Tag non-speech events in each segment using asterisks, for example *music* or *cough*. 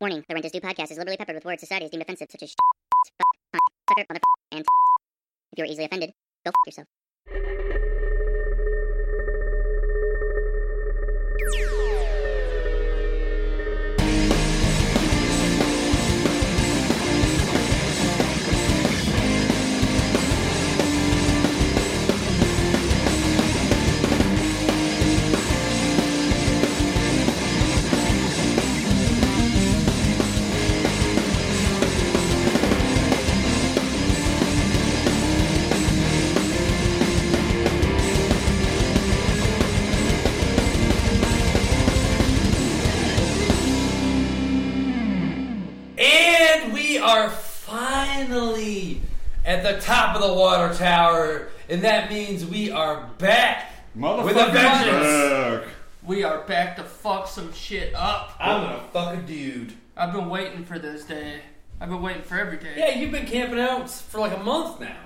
Warning, the Rent is Due podcast is liberally peppered with words society has deemed offensive, such as *laughs* sh**, fuck, cunt, sucker, mother, and *laughs* If you are easily offended, go f*** yourself. And we are finally at the top of the water tower, and that means we are back with a Motherfucking vengeance. back. We are back to fuck some shit up. I'm gonna fuck a dude. I've been waiting for this day. I've been waiting for every day. Yeah, you've been camping out for like a month now.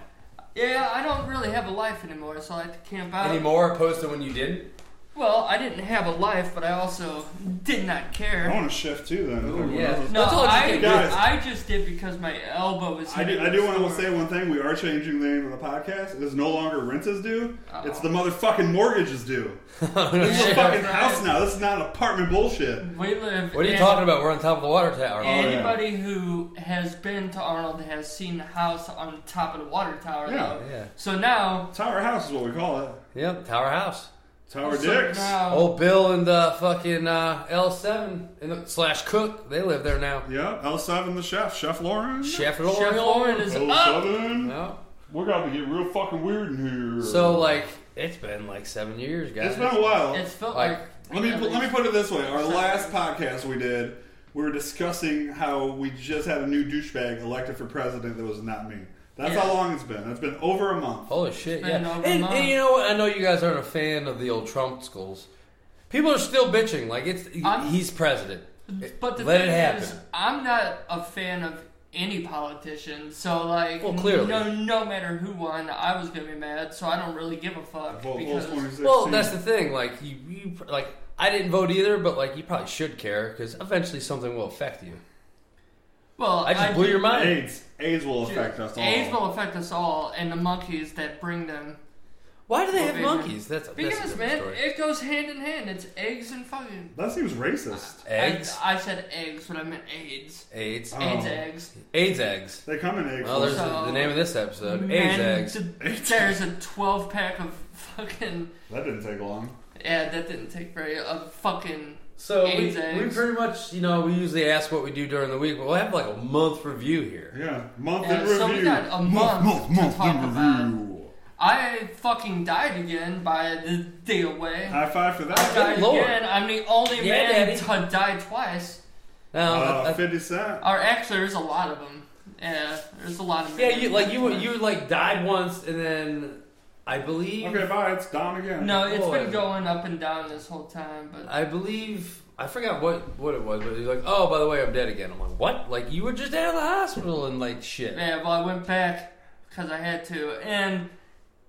Yeah, I don't really have a life anymore, so I have to camp out. Any more opposed to when you *laughs* didn't? Well, I didn't have a life, but I also did not I care. want to shift too then. if everyone Oh, yeah. else- No, That's all I I, can do. Guys. I just did because my elbow was. I do, I do want to say one thing. We are changing the name of the podcast. It is no longer rent is due. It's the motherfucking mortgage is due. This is a fucking Right. house now. This is not apartment bullshit. We live. What are you in- talking about? Oh, We're on top of the water tower. Anybody who has been to Arnold has seen the house on top of the water tower. Yeah. though. Yeah. So now. Tower house is what we call it. Yep, Tower House. Tower so dicks. now- Oh, Bill and uh, fucking uh, L7 and the, slash Cook, they live there now. Yeah. L seven the chef, Chef Lauren. Chef Chef Lauren is L up. seven. No. We're about to get real fucking weird in here. So like, it's been like seven years, guys. it's been a while. It's felt Like- like. Let me put, let me put it this way: our last podcast we did, we were discussing how we just had a new douchebag elected for president that was not me. That's Yeah. how long it's been. It's been over a month. Holy shit! been Yeah, over a and, month. and you know what? I know you guys aren't a fan of the old Trump schools. People are still bitching. Like it's I'm- he's president. But the Let thing it happen. is, I'm not a fan of any politician. So like, Well, clearly. no, no matter who won, I was gonna be mad. So I don't really give a fuck Well, because well, 2016. well, that's the thing. Like you, you, pr- like I didn't vote either, but like you probably should care because eventually something will affect you. well, I just blew your mind. AIDS. AIDS will affect us all. AIDS will affect us all, and the monkeys that bring them. Why do they have Well, monkeys? That's that's a Because different man, story. it goes hand in hand. It's eggs and fucking That seems racist. Ah, eggs, I, I said eggs, but I meant AIDS. AIDS, Oh. AIDS eggs. AIDS eggs. They come in eggs. Well, there's So- the name of this episode. AIDS Men- eggs. There's a 12 pack of fucking. that didn't take long. Yeah, that didn't take very. Of fucking. So we, AIDS we eggs. pretty much, you know, we usually ask what we do during the week, but we'll have like a month review here. Yeah, month Yeah, in so we review. got a month month, to month, talk in about. review. I fucking died again by the day away. I High five for died Uh, Good that. lord. again. I'm the only Yeah, man daddy. to die twice. Now, I- I- Uh, Fifty Cent. Or actually, there's a lot of them. Yeah, there's a lot of. Yeah, men. you like you you like died once and then I believe Okay, bye. It's Dom again. No, it's Boy. been going up and down this whole time, but I believe I forgot what what it was, but he's like, oh, by the way, I'm dead again. I'm like, what? Like you were just out of the hospital and like shit. yeah, well, I went back because I had to. And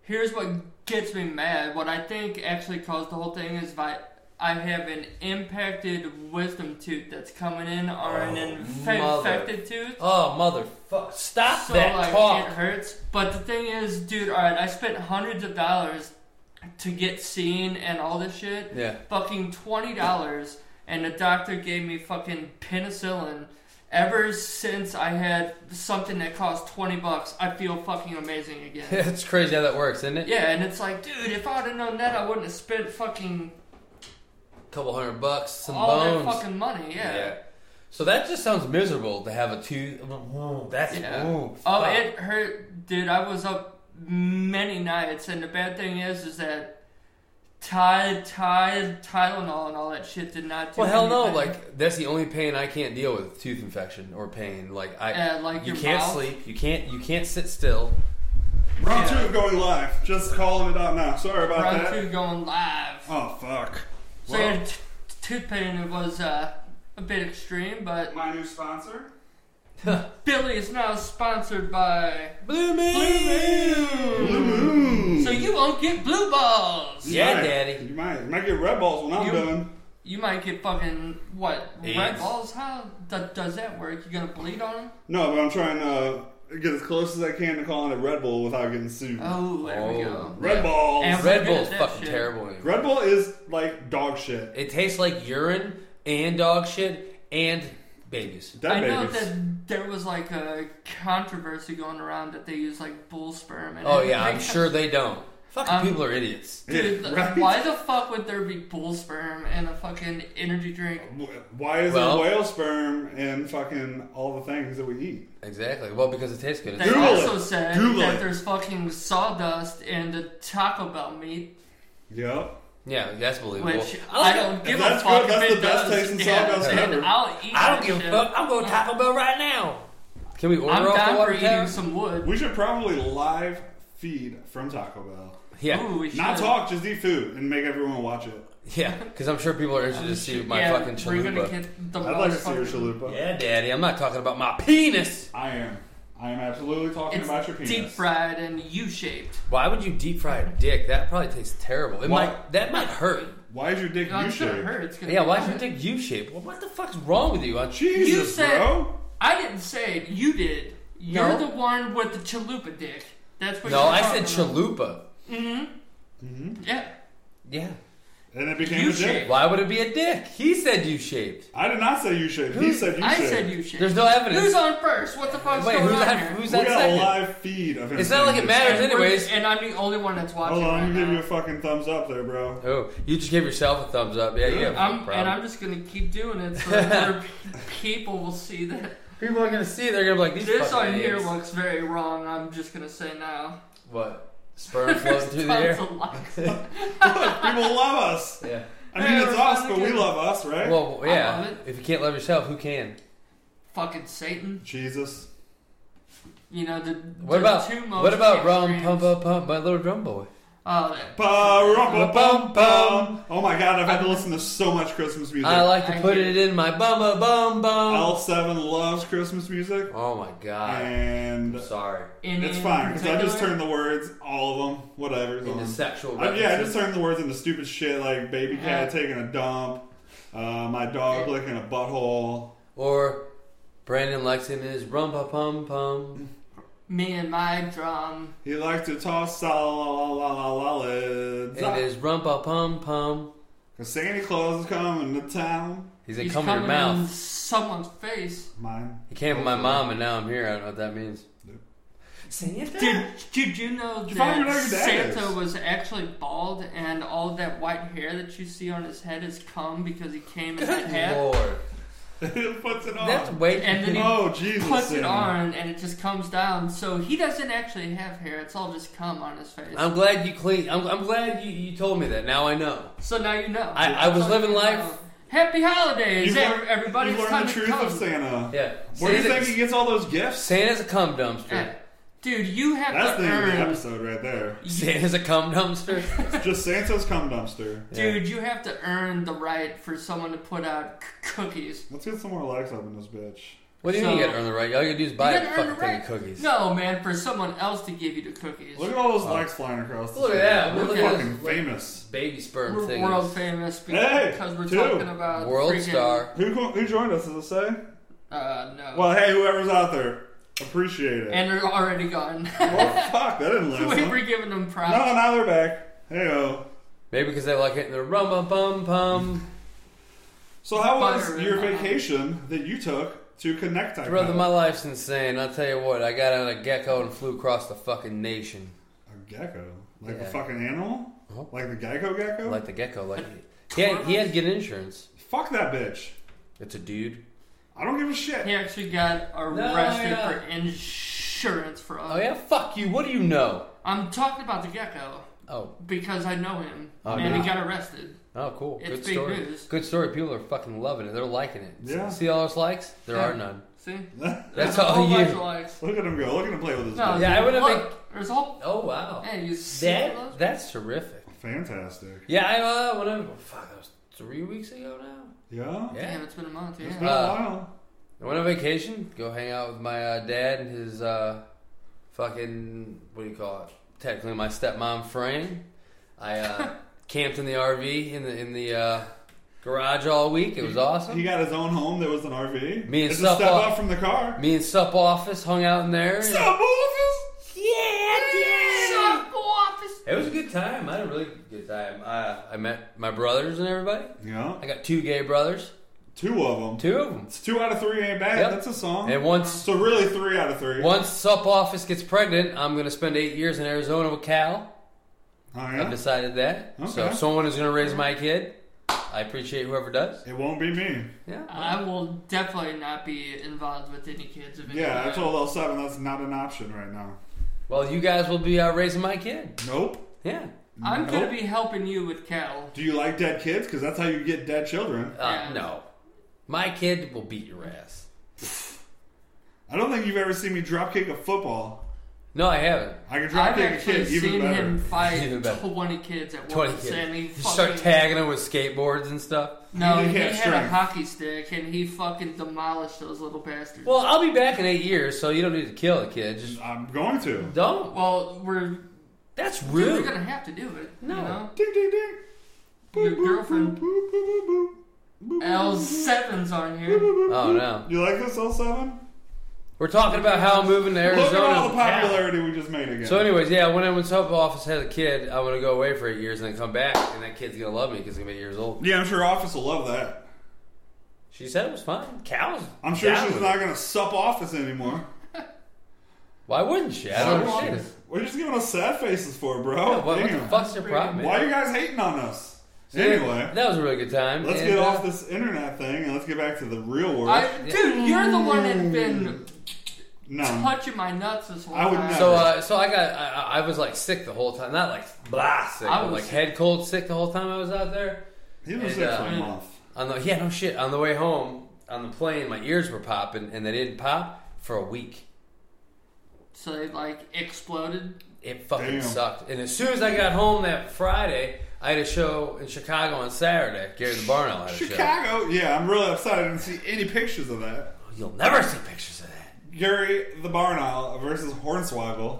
here's what gets me mad. What I think actually caused the whole thing is if I I have an impacted wisdom tooth that's coming in, or Oh, an infe- mother. infected tooth. Oh motherfuck! Stop so that like it talk. hurts. But the thing is, dude, all right, I spent hundreds of dollars to get seen and all this shit. Yeah. Fucking twenty dollars, and the doctor gave me fucking penicillin. Ever since I had something that cost twenty bucks, I feel fucking amazing again. *laughs* it's crazy how that works, isn't it? yeah, and it's like, dude, if I would have known that, I wouldn't have spent fucking Couple hundred bucks, some all bones. that fucking money. Yeah. So that just sounds miserable to have a tooth. That's Yeah. ooh, Oh, fuck. it hurt, dude. I was up many nights, and the bad thing is, is that Ty, Ty, Tylenol and all that shit did not. Do Well, hell no! anything. Like that's the only pain I can't deal with: tooth infection or pain. Like I, Yeah, Uh, like you your can't mouth. sleep, you can't, you can't sit still. Round Yeah. two of going live. Just calling it out now. Sorry about round that. two going live. Oh fuck. so yeah, t- t- tooth pain was uh, a bit extreme, but My new sponsor. Billy is now sponsored by. Blue moon. Ooh. So you won't get blue balls. Mm. Yeah, might. Daddy. You might. You might get red balls when I'm You- done. You might get fucking what red AIDS. balls? How th- does that work? You gonna bleed on them? No, but I'm trying to get as close as I can to calling it Red Bull without getting sued. Oh, there we go. Red Bull. And- Red Forget Bull's that fucking shit. terrible. Anyway. Red Bull is like dog shit. It tastes like urine and dog shit and babies. Dead I know babies. that there was like a controversy going around that they use like bull sperm. And Oh yeah, *laughs* I'm everything. sure they don't. Fucking Um, people are idiots. *laughs* Yeah, Dude, th- right? why the fuck would there be bull sperm in a fucking energy drink? Why is Well- there whale sperm and fucking all the things that we eat? Exactly. Well, because it tastes good. They Google also it. said Google that it. there's fucking sawdust in the Taco Bell meat, Yep. Yeah, that's believable. which I don't give a that's fuck good, that's if it the best does. tasting yeah, sawdust and ever. I'll I eat. that don't give a shit. fuck. I'm going to Taco Bell right now. Can we order I'm off the down for water eating tower? some wood. We should probably live feed from Taco Bell. Yeah, Ooh, we Not should. talk, just eat food and make everyone watch it. yeah. Because I'm sure people are interested to see my yeah, fucking We're gonna chalupa. get the I'd like to most see your fucking- chalupa. Yeah, Daddy. I'm not talking about my penis. I am. I am absolutely talking about your It's penis. deep fried and U-shaped. Why would you deep fry a dick? That probably tastes terrible. It Why- might. That might hurt. Why is your dick Not U sure shaped? hurt. It's gonna Yeah. be Why is your good. dick U-shaped? Well, what the fuck's wrong with you? I- Jesus, You said- bro. I didn't say it. You did. You're No. the one with the chalupa dick. That's what. No, you're I said talking about. Mm-hmm. chalupa. Mm-hmm. Yeah. Yeah. And it became a dick. U-shaped. Why would it be a dick? He said U-shaped. I did not say U shaped. He said U shaped. I said you shaped. There's no evidence. Who's on first? What the fuck's Wait, going who's on that? here? Who's We that got second? a live feed of him. It's not like saying it this. matters And anyways. we're- and I'm the only one that's watching Hold on, right I'm gonna give now. you a fucking thumbs up there, bro. Oh, you just gave yourself a thumbs up. Yeah, you have a I'm- problem. Um, and I'm just gonna keep doing it *laughs* so that other people will see that People are gonna see it. They're gonna be like, "These this fucking on here idiots." looks very wrong. I'm just gonna say now. What? *laughs* Sperm floating through the Tons air. of *laughs* likes. Look, people love us. Yeah. I mean, Hey, it's we're us, finally but we good. love us, right? Well, I love yeah. it. If you can't love yourself, who can? Fucking Satan. Jesus. You know the. What the about two most what about extremes. rum pump up pump my little drum boy? Oh, that- Ba-rum-ba-bum-bum. Oh my god, I've had to listen to so much Christmas music. I like to I put hear it in my bum a bum bum. L7 loves Christmas music, Oh my god. and Sorry. any it's in fine because I just particular? turned the words, all of them, whatever. it's Into on. sexual. I, yeah, I just references. turned the words into stupid shit like baby cat taking a dump, uh, my dog licking a butthole. Or Brandon Lexington is rum pum pum pum. Me and my drum. He likes to toss salalalalalas. It is rum pum pum pum. Ah, Cause Santa Claus is coming to town. He's gonna He's come coming in your mouth. in someone's face. Mine. *laughs* He came with my mom, and now I'm here. I don't know what that means. Nope. Santa? Did, did you know you find out that who that is? Santa was actually bald and all that white hair that you see on his head is cum because he came in that Good hat? lord. it puts it on. That's way And then he oh Jesus! Puts it Santa. on and it just comes down, so he doesn't actually have hair. It's all just cum on his face. I'm glad you clean. I'm, I'm glad you, you told me that. Now I know. so now you know. I- I was So now living you life- know. Happy holidays, You've learned- ev- everybody! you've It's learned time the to truth cum. of Santa. Yeah. Where do you Santa's- think he gets all those gifts? Santa's a cum dumpster. Yeah. Dude, you have That's to the name of the earn. episode right there. Santa's a cum dumpster. It's just Santa's cum dumpster. Dude, you have to earn the right for someone to put out c- cookies. Let's get some more likes up in this bitch. What do you mean you So- gotta earn the right? All you gotta do is buy You a gotta earn fucking the thing right. of cookies. No, man, for someone else to give you the cookies. Look at all those likes flying across. the Look at that. screen. We're Look at fucking this. famous. Baby sperm we're thing. world famous because, Hey, we're two. talking about World freaking- star. Who co- who joined us? Does it say? Uh, no, Oh. Well, hey, whoever's out there, appreciate it. *laughs* and they're already gone. *laughs* well, fuck, that didn't last. we long. were giving them No, props. now they're back. Heyo. Maybe because they like it in the rum bum bum *laughs* pum. So how was Butter your in my mouth. vacation that you took to connect? I Brother, Met? my life's insane. I'll tell you what. I got out of gecko and flew across the fucking nation. a gecko, like a Yeah. fucking animal, Uh-huh. like the gecko gecko. Like the gecko. *laughs* Like he had, he had to get insurance. Fuck that bitch. It's a dude. I don't give a shit. He actually got No, arrested yeah. for insurance fraud. Oh yeah, fuck you. What do you know? I'm talking about the gecko Oh, because I know him, Oh, and no. he got arrested. oh, cool. It's Good big story. news. Good story. People are fucking loving it. They're liking it. Yeah. See all those likes? There Yeah. are none. See, That's a all whole bunch of you. *laughs* likes. Look at him go. Look at him play with his. No, dick. Yeah, I dude, would've look, There's a whole. Oh wow. Man, you see those? That that's terrific. Fantastic. Yeah, I uh, when I fuck, that was three weeks ago now. Yeah. Damn, Yeah. it's been a month. It's Yeah. been Uh, a while. I went on vacation. Go hang out with my uh, dad and his uh, fucking what do you call it? Technically, my *laughs* stepmom Fran. I uh, camped in the RV in the in the uh, garage all week. It *laughs* was awesome. He got his own home that was an RV. Me and it's a step Sup- up from the car. Me and Sup Office hung out in there. Sup office? Yeah, yeah. Sup, office. It was a good time. I had a really good time. I, I met my brothers and everybody. Yeah, I got two gay brothers. two of them. Two of them. It's two out of three ain't bad. Yep. That's a song. And once so really, three out of three. once Sup Office gets pregnant, I'm going to spend eight years in Arizona with Cal. Oh, I've yeah? decided that. So Okay. if someone is going to raise my kid, I appreciate whoever does. It won't be me. Yeah. I will definitely not be involved with any kids of any Yeah, I kind. told L7 that's not an option right now. Well, you guys will be uh, raising my kid. Nope. Yeah. I'm Nope. gonna be helping you with cattle. Do you like dead kids? Because that's how you get dead children. Uh, Yeah. No. My kid will beat your ass. I don't think you've ever seen me drop kick a football. No, I haven't. I can drop I've kick a actually kid even seen better. him Even fight better. twenty kids at 20 once, and he kids. fucking You start tagging them with skateboards and stuff. No, He he, did had have strength. a hockey stick, and he fucking demolished those little bastards. Well, I'll be back in eight years, so you don't need to kill the kid. Just I'm going to. don't. Well, we're That's dude, rude. we're gonna have to do it. No. you know? Ding ding ding. your Boop, girlfriend boop, boop, boop. Boop, boop, L boop, seven's on boop, here. boop, Oh boop. no, You like this L7? we're talking about how I'm moving to Arizona. Look at all with the Cal. popularity we just made again. So, anyways, yeah, when I went to office had a kid, I want to go away for eight years and then come back, and that kid's gonna love me because I'm eight years old. yeah, I'm sure Office will love that. She said it was fine. Cows. I'm sure down she's with not it. going to sup Office anymore. Why wouldn't she? I don't Sup understand. Office. What are you just giving us sad faces for, Yeah, bro? what, what the Damn. fuck's your problem? man? Why are you guys hating on us? So, anyway, that was a really good time. let's and, get uh, off this internet thing and let's get back to the real world. I, dude, you're the one that's been no. touching my nuts this whole I would time. never. So, uh, so I got, I, I- I was like sick the whole time. Not like blah sick, I but was like sick. head cold sick the whole time I was out there. He was and, sick for uh, a month. On the yeah, no shit. On the way home, on the plane, my ears were popping, and they didn't pop for a week. So they like exploded. It fucking Damn. sucked. And as soon as I got home that Friday, I had a show in Chicago on Saturday. Gary the Barnell had a show. Chicago? Yeah, I'm really upset I didn't see any pictures of that. You'll never see pictures of that. Gary the Barn Owl versus Hornswoggle.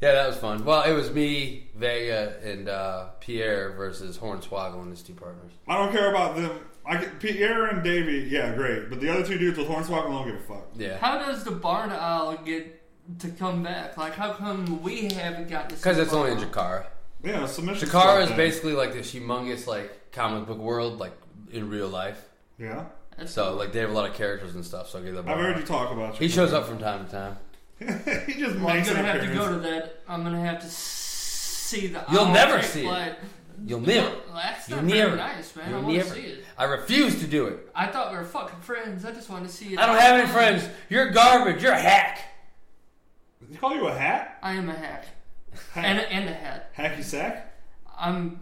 Yeah, that was fun. Well, it was me, Vega, and uh, Pierre versus Hornswoggle and his two partners. I don't care about them. I get, Pierre and Davey, yeah, great. But the other two dudes with Hornswoggle, I don't give a fuck. Yeah, How does the barn owl get to come back? Like, how come we haven't got this? because it's only in Jakara. Yeah, submission. Jakara is stuff, basically like this humongous like comic book world, like in real life. then. Yeah, So like they have a lot of characters and stuff. So I give that. I've heard you talk about. He shows up from time to time. *laughs* he just Well, I'm makes an gonna have to go appearance. to that. I'm gonna have to see the. You'll owl never take see it. flight. You'll never. Well, That's You'll not very never. nice, man. I You'll want to never. see it. I refuse to do it. I thought we were fucking friends. I just want to see it. I don't have any friends. You're garbage. You're a hack. Did he call you a hat? I am a hack Hack. and a, and a hat. Hacky sack? I'm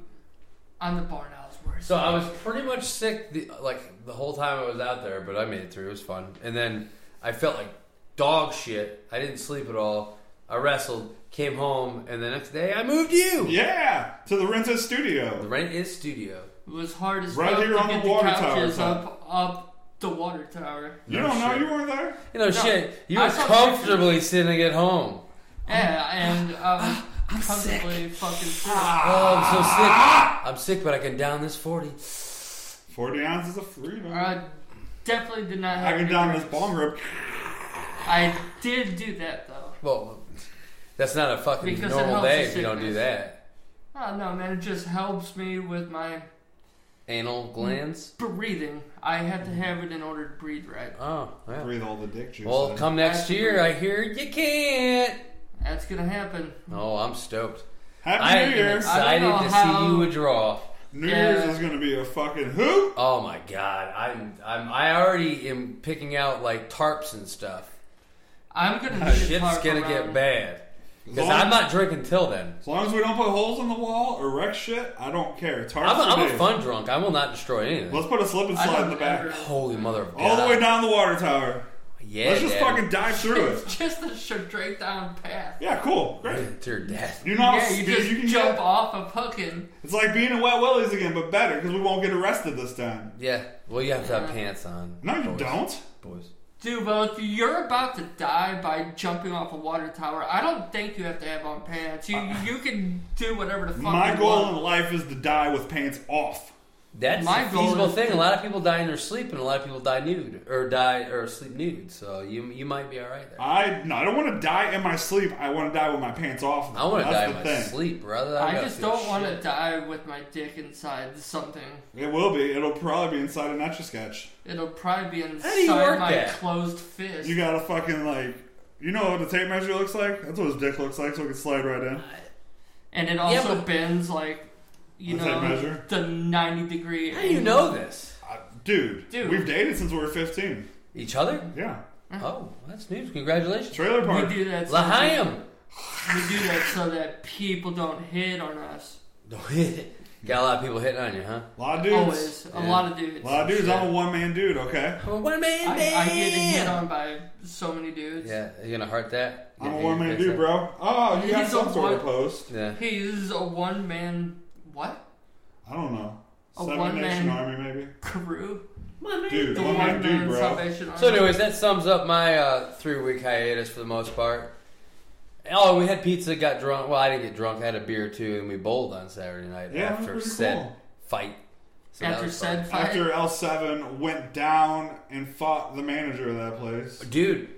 I'm the barn owl's worst. So I was pretty much sick, the, like the whole time I was out there, but I made it through. It was fun. And then I felt like dog shit. I didn't sleep at all. I wrestled, came home, and the next day I moved you. Yeah, to the Renta The studio. rent is studio. it was hard as Right fuck here to on get the water tower, couches Tom. up up the water tower. You No don't know shit. you weren't there. You know, shit. You I were saw comfortably sitting at home. Yeah, and um, comfortably fucking sick. Oh, I'm so sick. I'm sick, but I can down this forty. Forty ounces of freedom. I definitely did not. Have I can any down this drinks. bong rip. *laughs* I did do that though. Well, that's not a fucking Because it normal helps day with if you don't do sickness. that. Oh no, man! It just helps me with my Anal glands. breathing. I have to have it in order to breathe right. Oh, yeah. Breathe all the dick juice. Well, in. come next year, I hear you can't. That's gonna happen. Oh, I'm stoked. Happy I New am Year. excited I don't to know see how- you draw. New Yeah. Year's is gonna be a fucking hoop. Oh my god, I'm I'm I already am picking out like tarps and stuff. I'm gonna need a Uh, Shit's tarp gonna around. get bad because Long- I'm not drinking till then. As long as we don't put holes in the wall or wreck shit, I don't care. Tarps I'm a, for I'm a days. fun drunk. I will not destroy anything. Let's put a slip and I slide in don't the back. ever- Holy mother of God! All the way down the water tower. Yeah, Let's just Daddy. fucking dive through *laughs* it. *laughs* Just a straight down path. Yeah, cool. Great. to your *laughs* death. You know how yeah, you speed just you can jump get? off a fucking. It's like being in Wet Willie's again, but better because we won't get arrested this time. Yeah. Well, you have to have pants on. No, you boys. don't. boys. Dude, well, if you're about to die by jumping off a water tower, I don't think you have to have on pants. You you can do whatever the fuck Uh, My you goal in want. life is to die with pants off. That's My a goal feasible is thing. to- A lot of people die in their sleep, and a lot of people die nude or die or sleep nude. So you you might be all right there. I no, I don't want to die in my sleep. I want to die with my pants off. I want to That's die the in my thing. sleep, brother. I gotta just feel don't want to shit. die with my dick inside something. It will be. It'll probably be inside a Nacho sketch. It'll probably be How do you inside work my that? closed fist. You gotta fucking like, you know what a tape measure looks like? That's what his dick looks like, so it can slide right in. and it also but- bends like, you Does that know, measure? the 90 degree. How do you know this? Uh, dude, Dude. we've dated since we were fifteen. Each other? Yeah, Mm-hmm. Oh, that's news. Congratulations. trailer We park. do that. So *laughs* that, Lahayim. we do that so that people don't hit on us. Don't hit it. Got a lot of people hitting on you, huh? A lot of dudes. Always, a Yeah. lot of dudes. A lot of dudes. Shit. I'm a one man dude. Okay, I'm a one man I, I get hit on by so many dudes. Yeah, you gonna heart that? I'm Yeah, a you one man fix dude, it. bro. Oh, you got He's some a sort of one- post. Yeah. He's a one man what I don't know. A Seven one-man- Nation Army, maybe. crew? Dude, the one man dude, bro. Salvation Army. So, anyways, that sums up my uh, three week hiatus for the most part. Oh, we had pizza, got drunk. Well, I didn't get drunk. I had a beer too, and we bowled on Saturday night Yeah, that was after pretty said cool. fight. So that after was said fight, After L7 went down and fought the manager of that place. fun. dude,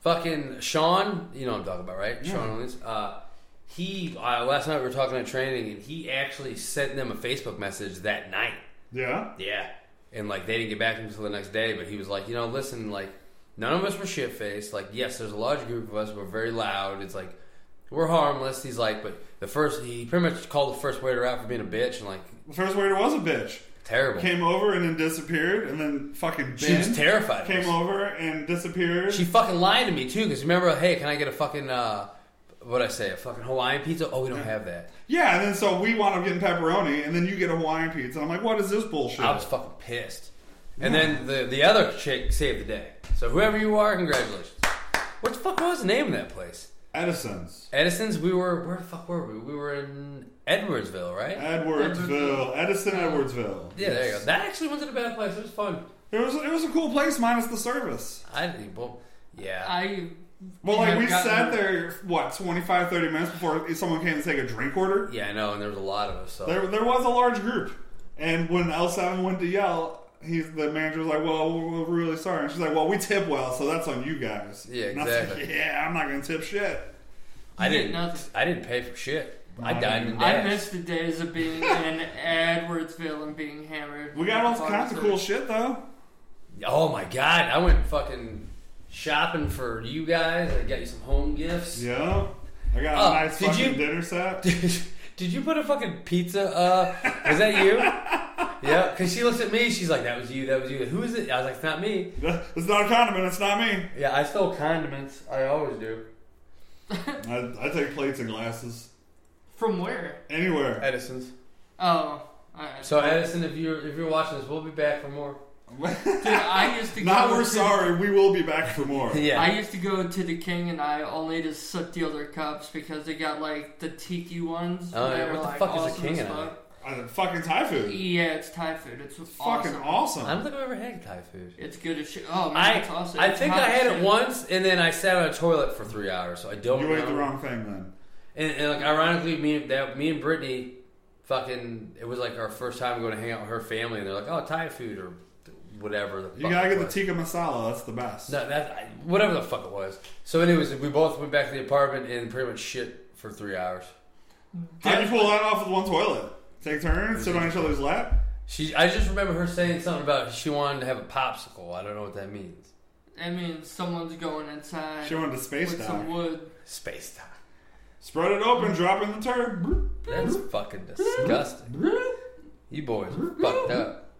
fucking Sean, you know what I'm talking about, right? Sean Williams. Uh, he uh, last night we were talking at training, and he actually sent them a Facebook message that night. Yeah? Yeah. And like they didn't get back to him until the next day, but he was like, you know, listen, like none of us were shit faced. Like, yes, there's a large group of us, we're very loud. It's like we're harmless. He's like, but the first he pretty much called the first waiter out for being a bitch and like The first waiter was a bitch. terrible. Came over and then disappeared, and then fucking she was Ben terrified. of came us. over and disappeared. She fucking lied to me too, because remember, hey, can I get a fucking uh what I say, a fucking Hawaiian pizza? Oh, we don't have that. yeah, and then so we wound up getting pepperoni, and then you get a Hawaiian pizza. I'm like, what is this bullshit? I was fucking pissed. And then the the other chick saved the day. So whoever you are, congratulations. What the fuck was the name of that place? Edison's. Edison's, we were where the fuck were we? We were in Edwardsville, right? Edwardsville. Edison Edwardsville. Yeah, there you go. That actually wasn't a bad place. It was fun. It was, it was a cool place, minus the service. I didn't. Well, yeah. I Well, like, have we gotten- sat there, what, 25, 30 minutes before someone came to take a drink order? yeah, I know. And there was a lot of us. So There, there was a large group, and when L seven went to yell, he's the manager was like, "Well, we're, we're really sorry." And she's like, "Well, we tip well, so that's on you guys." Yeah, And I was like, exactly. yeah, I'm not gonna tip shit. I did didn't. nothing. I didn't pay for shit. I I died didn't. and I dashed. miss the days of *laughs* being in Edwardsville and being hammered. We got all kinds of cool shit though. Oh my god! I went fucking shopping for you guys. I got you some home gifts. Yeah, I got Oh, a nice did fucking you- dinner set. Did, *laughs* did you put a fucking pizza? Uh, was that *laughs* you? yeah. Because she looks at me. She's like, "That was you. That was you." Who is it? I was like, "It's not me." it's not a condiment. It's not me. Yeah, I stole condiments. I always do. I, I take plates and glasses From where? anywhere. Edison's. Oh, alright. So Edison, if you're if you're watching this, we'll be back for more. *laughs* *laughs* Dude, I used to not go we're to- sorry. We will be back for more. I used to go to the King and I only to steal their cups because they got like the tiki ones. Oh, that yeah, are, what the like, fuck is a awesome King as and I? fuck. Uh, fucking Thai food. Yeah, it's Thai food. It's Fucking awesome. awesome. I don't think I've ever had Thai food. It's good as shit. Oh man, I it's awesome. I It's think hot I as had it shit. once, and then I sat on a toilet for three hours. So I don't. you ate the know. wrong thing then. And, and like ironically, me and that me and Brittany, fucking, it was like our first time going to hang out with her family, and they're like, "Oh, Thai food or whatever." The You fuck gotta it get the was. tikka masala. That's the best. No, that I, whatever the fuck it was. So, anyways, we both went back to the apartment and pretty much shit for three hours. How do you pull that off with one toilet? Take turns, sit on each other's lap. She, I just remember her saying something about she wanted to have a popsicle. I don't know what that means. I mean, someone's going inside She wanted to space with some down. wood. Space time. Spread it open, drop in the turd. Brr, That's fucking disgusting. brr, You boys are fucked up.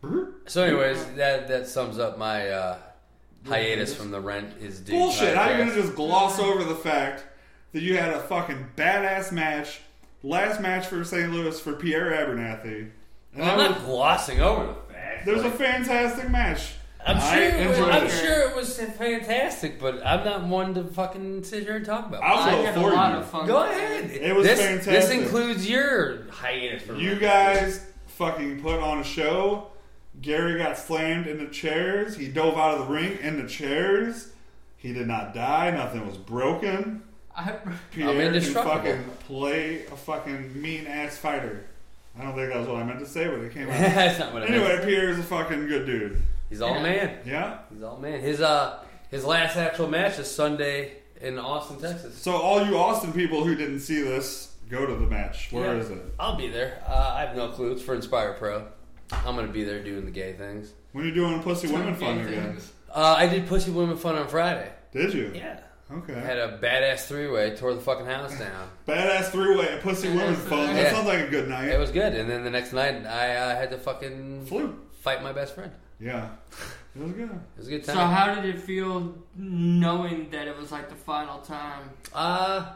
brr. Mm-hmm. So, anyways, that that sums up my uh, hiatus from the rent is due. Bullshit! How you podcast. gonna just gloss over the fact that you had a fucking badass match, last match for St. Louis for Pierre Abernathy, and I'm that not glossing over the was, fact. there was a like, fantastic match. I'm I sure, it was, enjoyed I'm it. sure it was fantastic, but I'm not one to fucking sit here and talk about. it. I'll I vote had a for lot you. of fun. Go ahead. It was this, fantastic. This includes your hiatus. From You guys fucking put on a show. Gary got slammed into chairs. He dove out of the ring into chairs. He did not die. Nothing was broken. I, Pierre can indestructible. fucking play a fucking mean ass fighter. I don't think that was what I meant to say, but it *laughs* came *laughs* out. That's not what I meant. anyway, Pierre's a fucking good dude. He's all man. Yeah. He's all man. His uh his last actual match is Sunday in Austin, Texas. So all you Austin people who didn't see this, go to the match. Where Yeah. is it? I'll be there. Uh, I have no clue. It's for Inspire Pro. I'm gonna be there doing the gay things. When you're doing Pussy Women Fun Gay again? things. Uh, I did Pussy Women Fun on Friday. Did you? Yeah. I Okay. had a badass three way, tore the fucking house down. Badass three way at Pussy Women Fun. That Yeah. sounds like a good night. It was good. And then the next night, I uh, had to fucking flu. fight my best friend. Yeah. It was good. It was a good So time. how did it feel knowing that it was like the final time? Uh,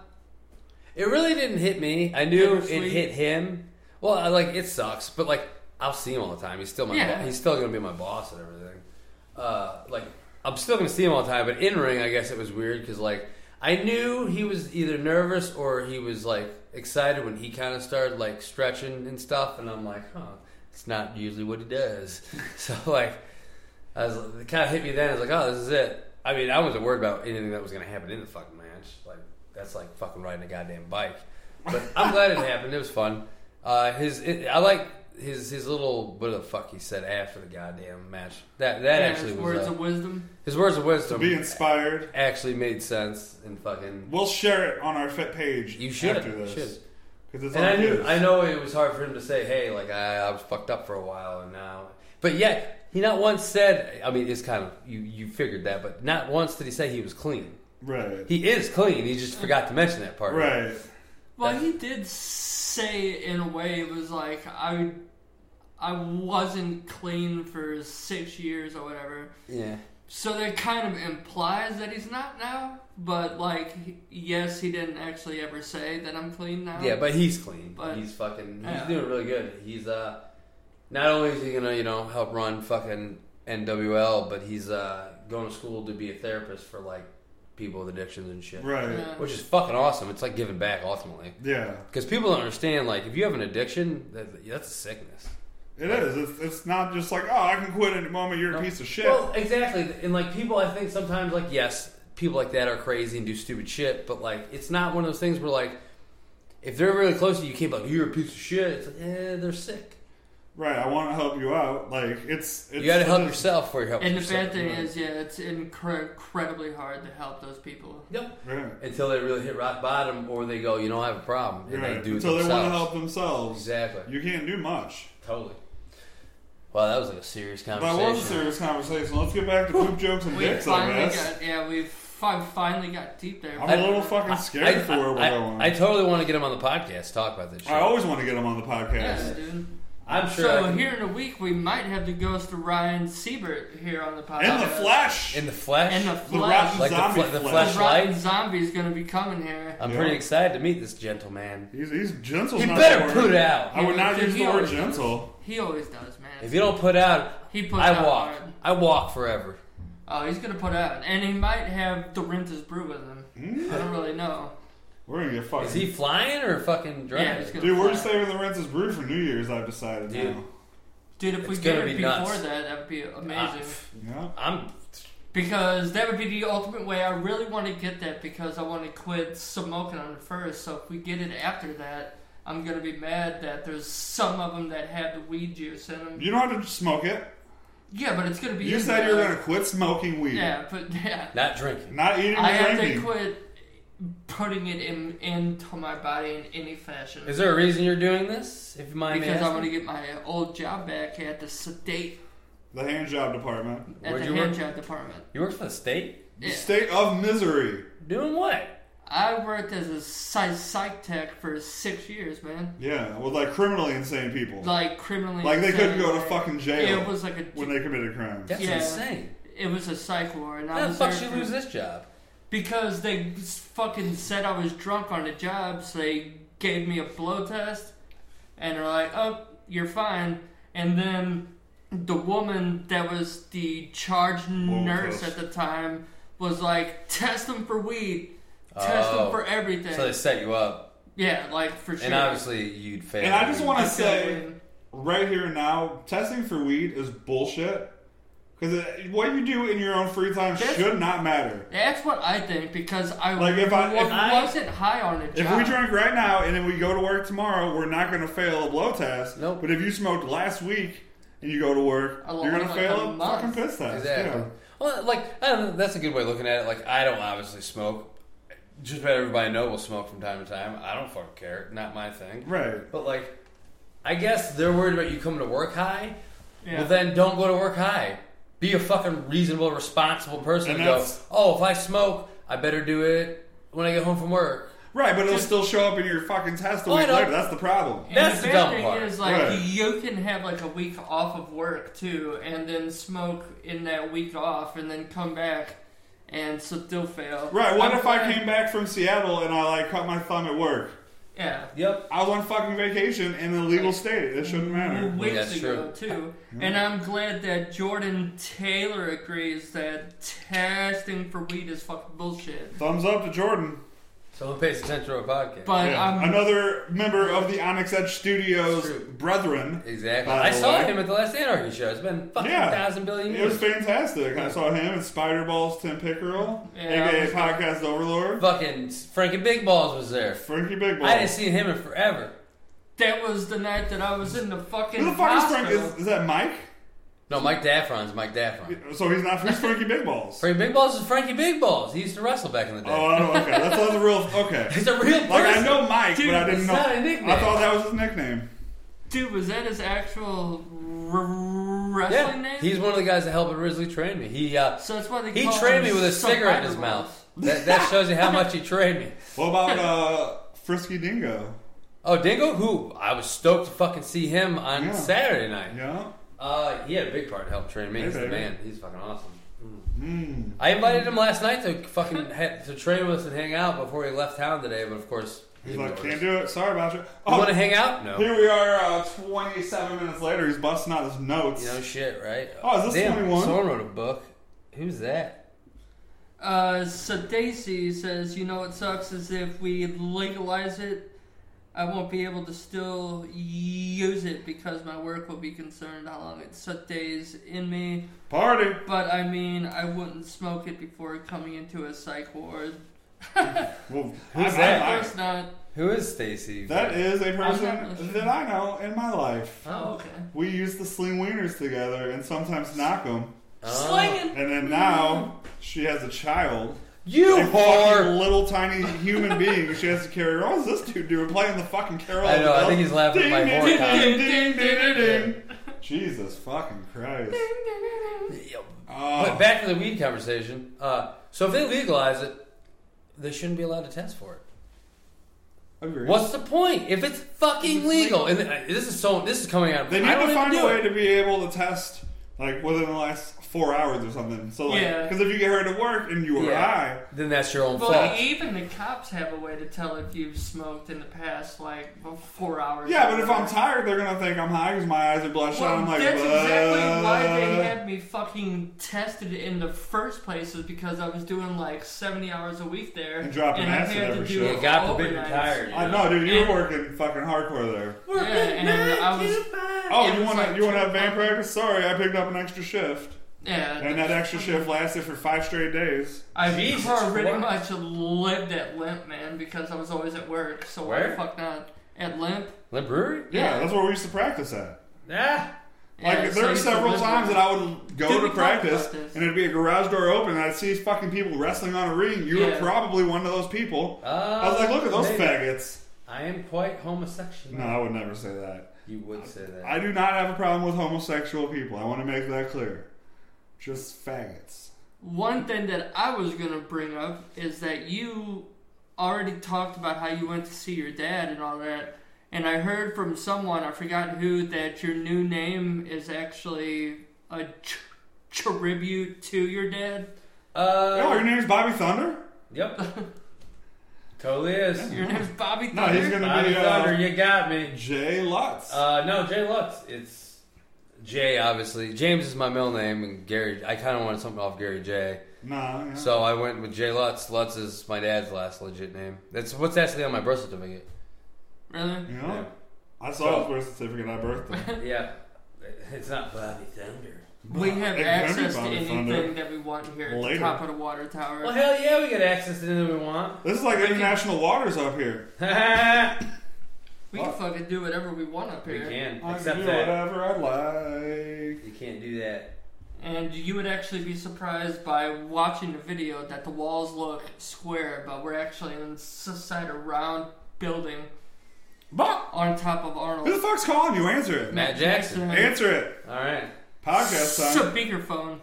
it really didn't hit me. I knew Didn't it sleep? hit him. Well, I, like it sucks, but like I'll see him all the time. He's still my Yeah. bo- he's still gonna be my boss and everything. Uh, like I'm still gonna see him all the time. But in ring, I guess it was weird because like I knew he was either nervous or he was like excited when he kind of started like stretching and stuff, and I'm like, huh, it's not usually what he does. *laughs* so like. I was, it kind of hit me then. I was like, oh, this is it. I mean, I wasn't worried about anything that was going to happen in the fucking match. Like, that's like fucking riding a goddamn bike. But I'm glad it happened. It was fun. Uh, his, it, I like his his little what the fuck he said after the goddamn match. That that Yeah, actually his was words uh, of wisdom. his words of wisdom Be inspired. actually made sense and fucking. We'll share it on our fit page. You should. after You this. should. Because it's And on I knew his. I know it was hard for him to say, hey, like I, I was fucked up for a while and now but yet he not once said I mean it's kind of you, you figured that, but not once did he say he was clean. Right. He is clean, he just forgot to mention that part. right. Well, he did say it in a way it was like I, I wasn't clean for six years or whatever. Yeah. So that kind of implies that he's not now. But like, he- yes, he didn't actually ever say that I'm clean now. Yeah, but he's clean. But- he's fucking he's Yeah. doing really good. He's uh not only is he gonna, you know, help run fucking NWL, but he's uh going to school to be a therapist for like people with addictions and shit. Right. Yeah. Which is fucking awesome. It's like giving back ultimately. Yeah. Because people don't understand, like, if you have an addiction, that, that's a sickness. It is. It's, it's not just like, oh, I can quit any moment. You're a piece of shit. Well, exactly. And, like, people, I think sometimes, like, yes, people like that are crazy and do stupid shit, but, like, it's not one of those things where, like, if they're really close to you, you can't be like, you're a piece of shit. It's like, eh, they're sick. right. I want to help you out. Like it's. You it's gotta help yourself before you help And the yourself. bad thing is, yeah, it's incre- incredibly hard to help those people. Yep. Right. Until they really hit rock bottom or they go, you know, I have a problem. And right. they do it Until they want to themselves. help themselves. Exactly. You can't do much. Totally. Wow, that was, like, a serious That conversation. was a serious conversation. Let's get back to poop jokes and We dicks, I finally guess. got yeah, we fi- finally got deep there. I'm a little fucking scared for where we're I, going. I totally want to get him on the podcast to talk about this shit. I always want to get them on the podcast. Yeah, dude. I'm sure. I So can- here in a week, we might have the ghost of Ryan Siebert here on the podcast. In the flesh. in the flesh. In the the flesh. rotten Like the zombie fl- the The flesh. flesh. rotten zombie is going to be coming here. I'm Yeah. pretty excited to meet this gentleman. He's, he's gentle. He not the better word. put out. I would not He- use he the word always- gentle. He always does, man. If you don't put out, he puts I out walk. hard. I walk forever. Oh, he's going to put out, and he might have the Rentas brew with him. I Mm. don't really know. We're gonna get fucking. Is he flying or fucking Yeah, driving? he's gonna Dude, we're fly. saving the Rences Brew for New Year's. I've decided Dude. now. Dude, if we It's get gonna it be before nuts. Ah. that, that would be amazing. I, Yeah. I'm. Because that would be the ultimate way. I really want to get that because I want to quit smoking on it first. So if we get it after that, I'm gonna be mad that there's some of them that have the weed juice in them. You don't have to smoke it. Yeah, but it's gonna be. You in said there. you were gonna quit smoking weed. Yeah, but *laughs* yeah, Not drinking. Not eating I or have to drinking. quit putting it in into my body in any fashion Is there a reason you're doing this? If you mind because me I want to asking? get my old job back at the state The hand job department. at Where'd the you hand work? job department. You work for the state? The Yeah. state of misery. Doing what? I worked as a psych, psych tech for six years, man. Yeah, with like criminally insane people. Like criminally, Like they couldn't insane. go to fucking jail It was like a. when they committed crimes. That's Yeah. insane. It was a psych war, and I How the was fuck there should for- you lose this job? because they s- fucking said I was drunk on the job, so they gave me a blow test, and they're like, "Oh, you're fine." And then the woman that was the charge nurse test. at the time was like, "Test them for weed, test Oh. them for everything." So they set you up, yeah, like for sure. and obviously you'd fail. And I just want to I feel say, weird. right here and now, testing for weed is bullshit. Because what you do in your own free time That's- should not matter. That's what I think because I Like, if I- if I- wasn't high on it. If we drink right now and then we go to work tomorrow, we're not going to fail a blow test. Nope. But if you smoked last week and you go to work, A lo- you're going to like fail a a, month. fucking piss test. Exactly. Yeah. Well, like I don't know, that's a good way of looking at it. Like I don't obviously smoke. Just about everybody I know will smoke from time to time. I don't fucking care. Not my thing. Right. But like, I guess they're worried about you coming to work high. Yeah. Well, then don't go to work high. Be a fucking reasonable, responsible person And and go. that's- Oh, if I smoke, I better do it when I get home from work. Right, but it'll still show up in your fucking test a Oh, I week know. later. That's the problem. And That's the the bad dumb thing part. is like Right. you can have like a week off of work too, and then smoke in that week off, and then come back and still fail. Right, what I'm if I glad- came back from Seattle and I like cut my thumb at work? Yeah, Yep. I was on fucking vacation in a legal state. It shouldn't matter. weeks that's ago too, and I'm glad that Jordan Taylor agrees that testing for weed is fucking bullshit. Thumbs up to Jordan. Someone pays attention to our podcast. But um, Yeah. I'm Another member of the Onyx Edge Studios True. brethren. exactly. By I the saw way. him at the last Anarchy show. It's been fucking Yeah. thousand billion It was years. fantastic. I saw him and Spiderballs Tim Pickerel, Yeah. aka Podcast Overlord. Fucking Frankie Big Balls was there. Frankie Big Balls. I didn't see him in forever. that was the night that I was in the fucking Who the fuck is Frank? hospital. Is, is that Mike? No, Mike Daffron's Mike Daffron. So he's not. Who's Frankie Big Balls? Frankie Big Balls is Frankie Big Balls. He used to wrestle back in the day. Oh, I don't- okay. That's not the real. Okay. *laughs* He's a real person. Like I know Mike, Dude, but I didn't it's know. not a nickname. I thought that was his nickname. Dude, was that his actual r- wrestling Yeah, name? he's one of the guys that helped Risley train me. He uh, so that's why they he call trained me him with a Spider cigarette in his Balls. mouth. That, that shows you how much he trained me. What about uh, Frisky Dingo? Oh, Dingo, who I was stoked to fucking see him on Yeah. Saturday night. Yeah. Uh, he had a big part in helping train me. Hey, He's the baby. man. He's fucking awesome. Mm. I invited him last night to fucking ha- to train with us and hang out before he left town today, but of course He's he like, ignores. can't do it. Sorry about you. You want Oh, to hang out? No. here we are. Uh, Twenty-seven minutes later, he's busting out his notes. You know, shit, right? Oh, is this Damn, 21? Someone wrote a book. Who's that? Uh, so Daisy says, you know what sucks is if we legalize it, I won't be able to still use it because my work will be concerned how long it stays in me. Party. But I mean, I wouldn't smoke it before coming into a psych ward. Well, Who's I- that? I- Of I- course not. Who is Stacy? that is a I'm not person listening. that I know in my life. Oh, okay. We used to sling wieners together and sometimes knock them. Oh. Slinging. And then now she has a child. You A fucking whore! little tiny human being she has to carry. What is this dude doing? Playing the fucking carol. I know, I Bell. think he's laughing at Ding, my ding, whore ding, comment. ding, ding, ding, ding. Jesus fucking Christ. But Oh, back to the weed conversation. Uh, so if they legalize it, they shouldn't be allowed to test for it. agreed. What's the point if it's fucking legal? And uh, this is so. This is coming out. Of, They I need don't to even find do a way it. to be able to test like within the last four hours or something. So like, Yeah. because if you get her to work and you are Yeah. high, Then that's your own Well, fault. even the cops have a way to tell if you've smoked in the past, like, four hours. yeah. But if I'm tired, they're gonna think I'm high because my eyes are bloodshot. Well, I'm like, that's exactly why they "Bleh." had me fucking tested in the first place is because I was doing like 70 hours a week there. And dropping I acid had to every do shift. You got the big overnights. tired. I know, dude. You And- were working fucking hardcore there. Yeah, and I was. Oh, It you was want to like you want to two have band o'clock. practice? Sorry, I picked up an extra shift, Yeah. and that extra shift lasted for five straight days. I Jesus pretty Christ. much lived at Limp, man, because I was always at work. So why Where? the fuck not? At Limp. Limp Brewery? Yeah, Yeah. that's where we used to practice at. Nah. Like Yeah, so there I were used to several live times there. that I would go Dude, we to talked practice, about this. and it'd be a garage door open, and I'd see fucking people wrestling on a ring. You were Yeah. probably one of those people. Uh, I was like, look at those maybe. faggots. I am quite homosexual. No, I would never say that. You would say that. I do not have a problem with homosexual people. I want to make that clear. Just faggots. One thing that I was going to bring up is that you already talked about how you went to see your dad and all that. And I heard from someone, I forgot who, that your new name is actually a tr- tribute to your dad. Oh, uh, your name's Bobby Thunder? yep. *laughs* totally is. Your name's Bobby No, he's Thunder? gonna Bobby be uh, Thunder, you got me. Jay Lutz. Uh, no, Jay Lutz. It's Jay, obviously. James is my middle name, and Gary. I kind of wanted something off Gary J. nah, yeah. So I went with Jay Lutz. Lutz is my dad's last legit name. That's what's actually on my birth *laughs* certificate. Really? you know, Yeah. I saw his birth certificate at birthday. Yeah. It's not Bobby Thunder. We have Everybody access to found it. anything that we want here at Later. the top of the water tower. Well, hell yeah, we get access to anything we want. *laughs* This is like international waters up here. We can fucking do whatever we want up we here. can, I can except do that whatever I like. you can't do that. And you would actually be surprised by watching the video that the walls look square, but we're actually inside a round building But on top of who the Arnold. fuck's calling you? Answer it. Matt Jackson. Answer it. All right. Podcast time. Speakerphone.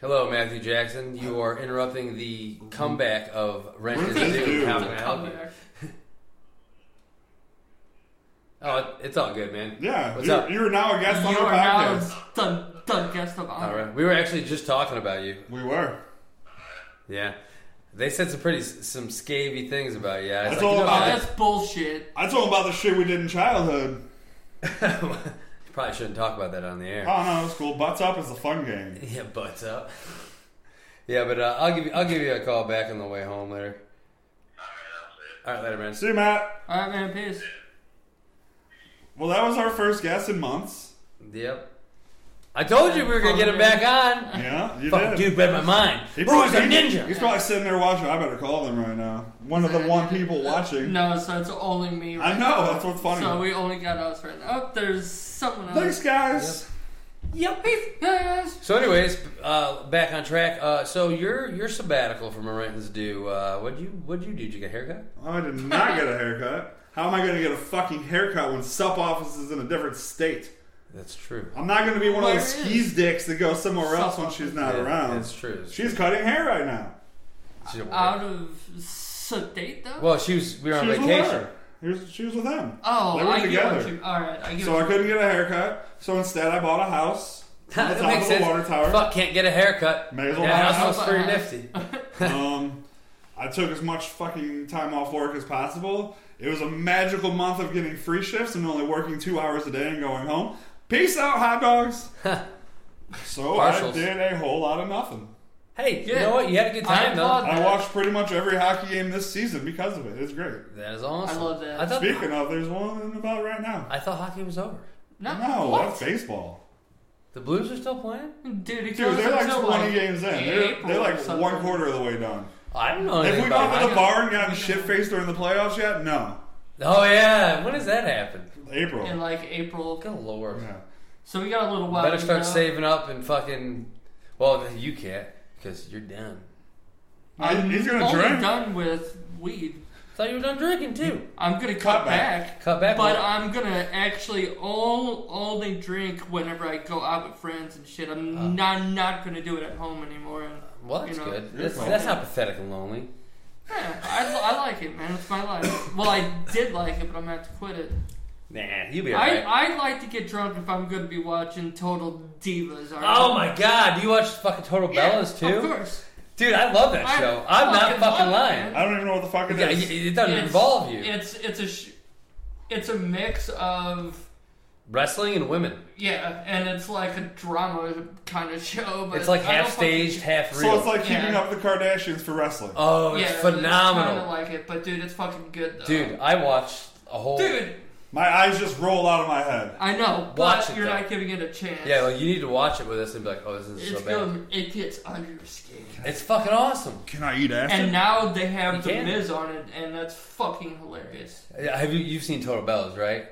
Hello, Matthew Jackson. You are interrupting the comeback of Rent is Rent is Due. Due. How It's can a I help you? comeback. Oh, it's all good, man. Yeah, What's you're, up? you're now a guest on You our are now podcast. the, the guest of All honor. right. We were actually just talking about you. We were. Yeah. They said some pretty some scabby things about you. I was That's like, all you know, about I- Oh, That's bullshit. I told him about the shit we did in childhood. *laughs* Probably shouldn't talk about that on the air. Oh no, it's cool. Butts up is a fun game. *laughs* Yeah, butts up. yeah, but uh, I'll give you I'll give you a call back on the way home later. All right, later, man. See you, Matt. All right, man. Peace. Well, that was our first guest in months. Yep. I told you we were gonna get him back on. Yeah, you Fucking did. dude read my mind. He Bro, he's a probably- ninja. He's probably sitting there watching. I better call them right now. One of the one people watching. No, so it's only me. Right I now. know. That's what's funny. So we only got us right now. Oh, there's someone else. Thanks, guys. Yep, peace, guys. So, anyways, uh, back on track. Uh, so your your sabbatical from a rent is due. Uh, what'd you what'd you do? Did you get a haircut? Oh, I did not get a haircut. How am I going to get a fucking haircut when sub office is in a different state? That's true. I'm not going to be one Where of those is- skis dicks that go somewhere else Sup when she's not Yeah, around. That's true. That's She's cutting hair right now. true. She don't work. Out of state though. well, she was we were on She was with vacation. her. He was- She was with him. oh, they were I together. get what you. All right, I get. So what I couldn't get a haircut. So instead, I bought a house on *laughs* the that top makes of the sense. water tower. Fuck, can't get a haircut. May as well That buy a house was house. pretty *laughs* nifty. um, I took as much fucking time off work as possible. It was a magical month of getting free shifts and only working two hours a day and going home. Peace out, hot dogs. so I Partials. did a whole lot of nothing. Hey, you Yeah. know what? You had a good I time, though. applaud- I watched pretty much every hockey game this season because of it. It's great. That is awesome. I love that. I thought, Speaking of, there's one about right now. I thought hockey was over. No, No, what? that's baseball. The Blues are still playing? dude, it Dude, goes they're like until, 20 like, games in. They're, April they're or like something. one quarter of the way done. I don't know Have anything we about gone to the hockey. bar and gotten shit faced during the playoffs yet? No. Oh, yeah. When does that happen? April. in like April. Good lord. Yeah. So we got a little while. Better to start go. saving up and fucking. Well, you can't because you're done. I'm He's gonna only drink. done with weed. Thought you were done drinking too. I'm gonna cut, Cut back. back. Cut back. But well, I'm gonna actually all only drink whenever I go out with friends and shit. I'm not not gonna do it at home anymore. And, Uh. well, that's you know, good. you're That's, fine. that's not pathetic and lonely. yeah, I, I like it, man. It's my life. Well, I did like it, but I'm gonna have to quit it. Nah, you'll be I alright. I like to get drunk if I'm gonna be watching Total Divas. alright? Oh my god, do you watch fucking Total Yeah, Bellas too? Of course. Dude, I love that I show. I'm not fucking love fucking it, lying. man. I don't even know what the fuck it Yeah, is. it it doesn't It's- involve you. It's it's a sh- it's a mix of Wrestling and women. yeah, and it's like a drama kind of show. But It's like I don't half staged, fucking- half real. so it's like keeping Yeah. up the Kardashians for wrestling. oh, it's yeah, phenomenal. kind of like it, but dude, it's fucking good though. Dude, I watched a whole. dude, My eyes just roll out of my head. I know, Watch but it, you're though. not giving it a chance. Yeah, well, you need to watch it with us and be like, oh, this is it's so bad. good. It gets under your skin. It's fucking awesome. Can I eat ass? And now they have You the can. Miz on it, and that's fucking hilarious. Yeah, Have you you've seen Total Bellas, right?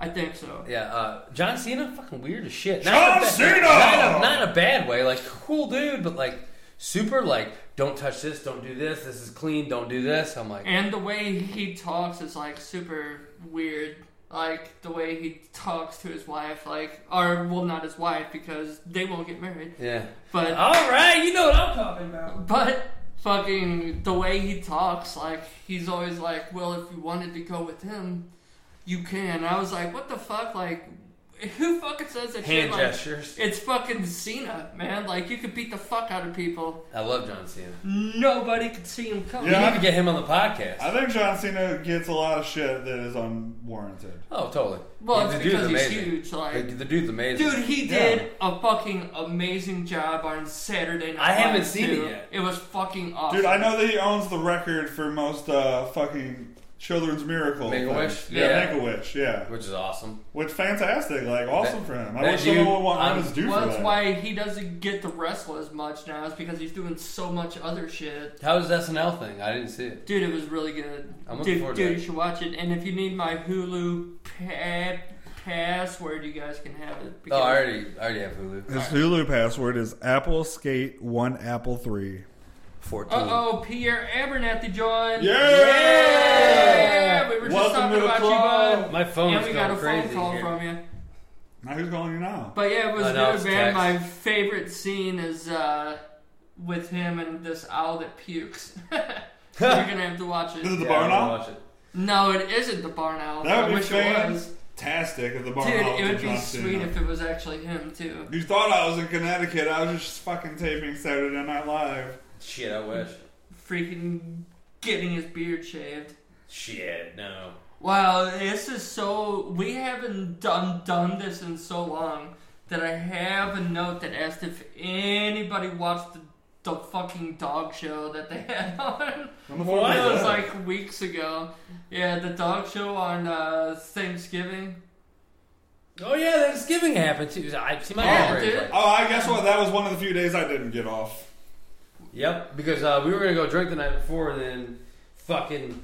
I think so. Yeah, uh, John Cena, fucking weird as shit. John in a ba- Cena! Not, in a- not in a bad way, like cool dude, but like super like don't touch this, don't do this, this is clean, don't do this. I'm like, And the way he talks is like super weird. Like the way he talks to his wife, like or well, not his wife because they won't get married. yeah, But all right, you know what I'm talking about. But fucking the way he talks, like he's always like, "Well, if you wanted to go with him, you can." And I was like, "What the fuck? Like, who fucking says that shit?" Hand Like, gestures. it's fucking Cena, man. Like you could beat the fuck out of people. I love John Cena. Nobody could see him coming. We Yeah. need to get him on the podcast. I think John Cena gets a lot of shit that is unwarranted. oh, totally. Well, the it's dude's because he's amazing. huge. The, Like, the dude's amazing. dude, he did a fucking amazing job on Saturday Night. I haven't Live, seen it too. yet. It was fucking awesome. Dude, I know that he owns the record for most uh, fucking children's miracle. Make a thing. wish? Yeah, Yeah. make a wish. Yeah, which is awesome. which fantastic. Like awesome for him. I that wish dude- someone would want I'm- his due Well, for that's that. why he doesn't get to wrestle as much now. Is because he's doing so much other shit. How was SNL thing? I didn't see it. Dude, it was really good. I'm looking dude, forward to dude, that. you should watch it. And if you need my Hulu pa- password, you guys can have it. Oh, I already, I already have Hulu. His Hulu password is Apple Skate One Apple Three. Fourteen. Uh oh, Pierre Abernathy joined. Yeah! Yeah, We were just Welcome talking to the about you, club. bud. My phone's and we got going a phone crazy call here. from you. Now who's calling you now? But yeah, it was I know, uh, it's good, man. text. My favorite scene is uh, with him and this owl that pukes. *laughs* You're gonna have to *laughs* watch This is it. the Yeah, barn I wanna owl. watch it. No, it isn't the barn owl. That I would be wish it was. fantastic if the barn Dude, owl. it was would be John sweet Cena. if it was actually him too. You thought I was in Connecticut. I was just fucking taping Saturday Night Live. Shit, I wish. Freaking getting his beard shaved. Shit, no. Wow, this is so. We haven't done done this in so long that I have a note that asked if anybody watched the, the fucking dog show that they had *laughs* on. When the fuck What? It was was that? like weeks ago. Yeah, the dog show on uh, Thanksgiving. Oh yeah, Thanksgiving happened too. I see my Yeah, mom raised dude. like- Oh, I guess what? That was one of the few days I didn't get off. Yep, because uh, we were gonna go drink the night before, and then fucking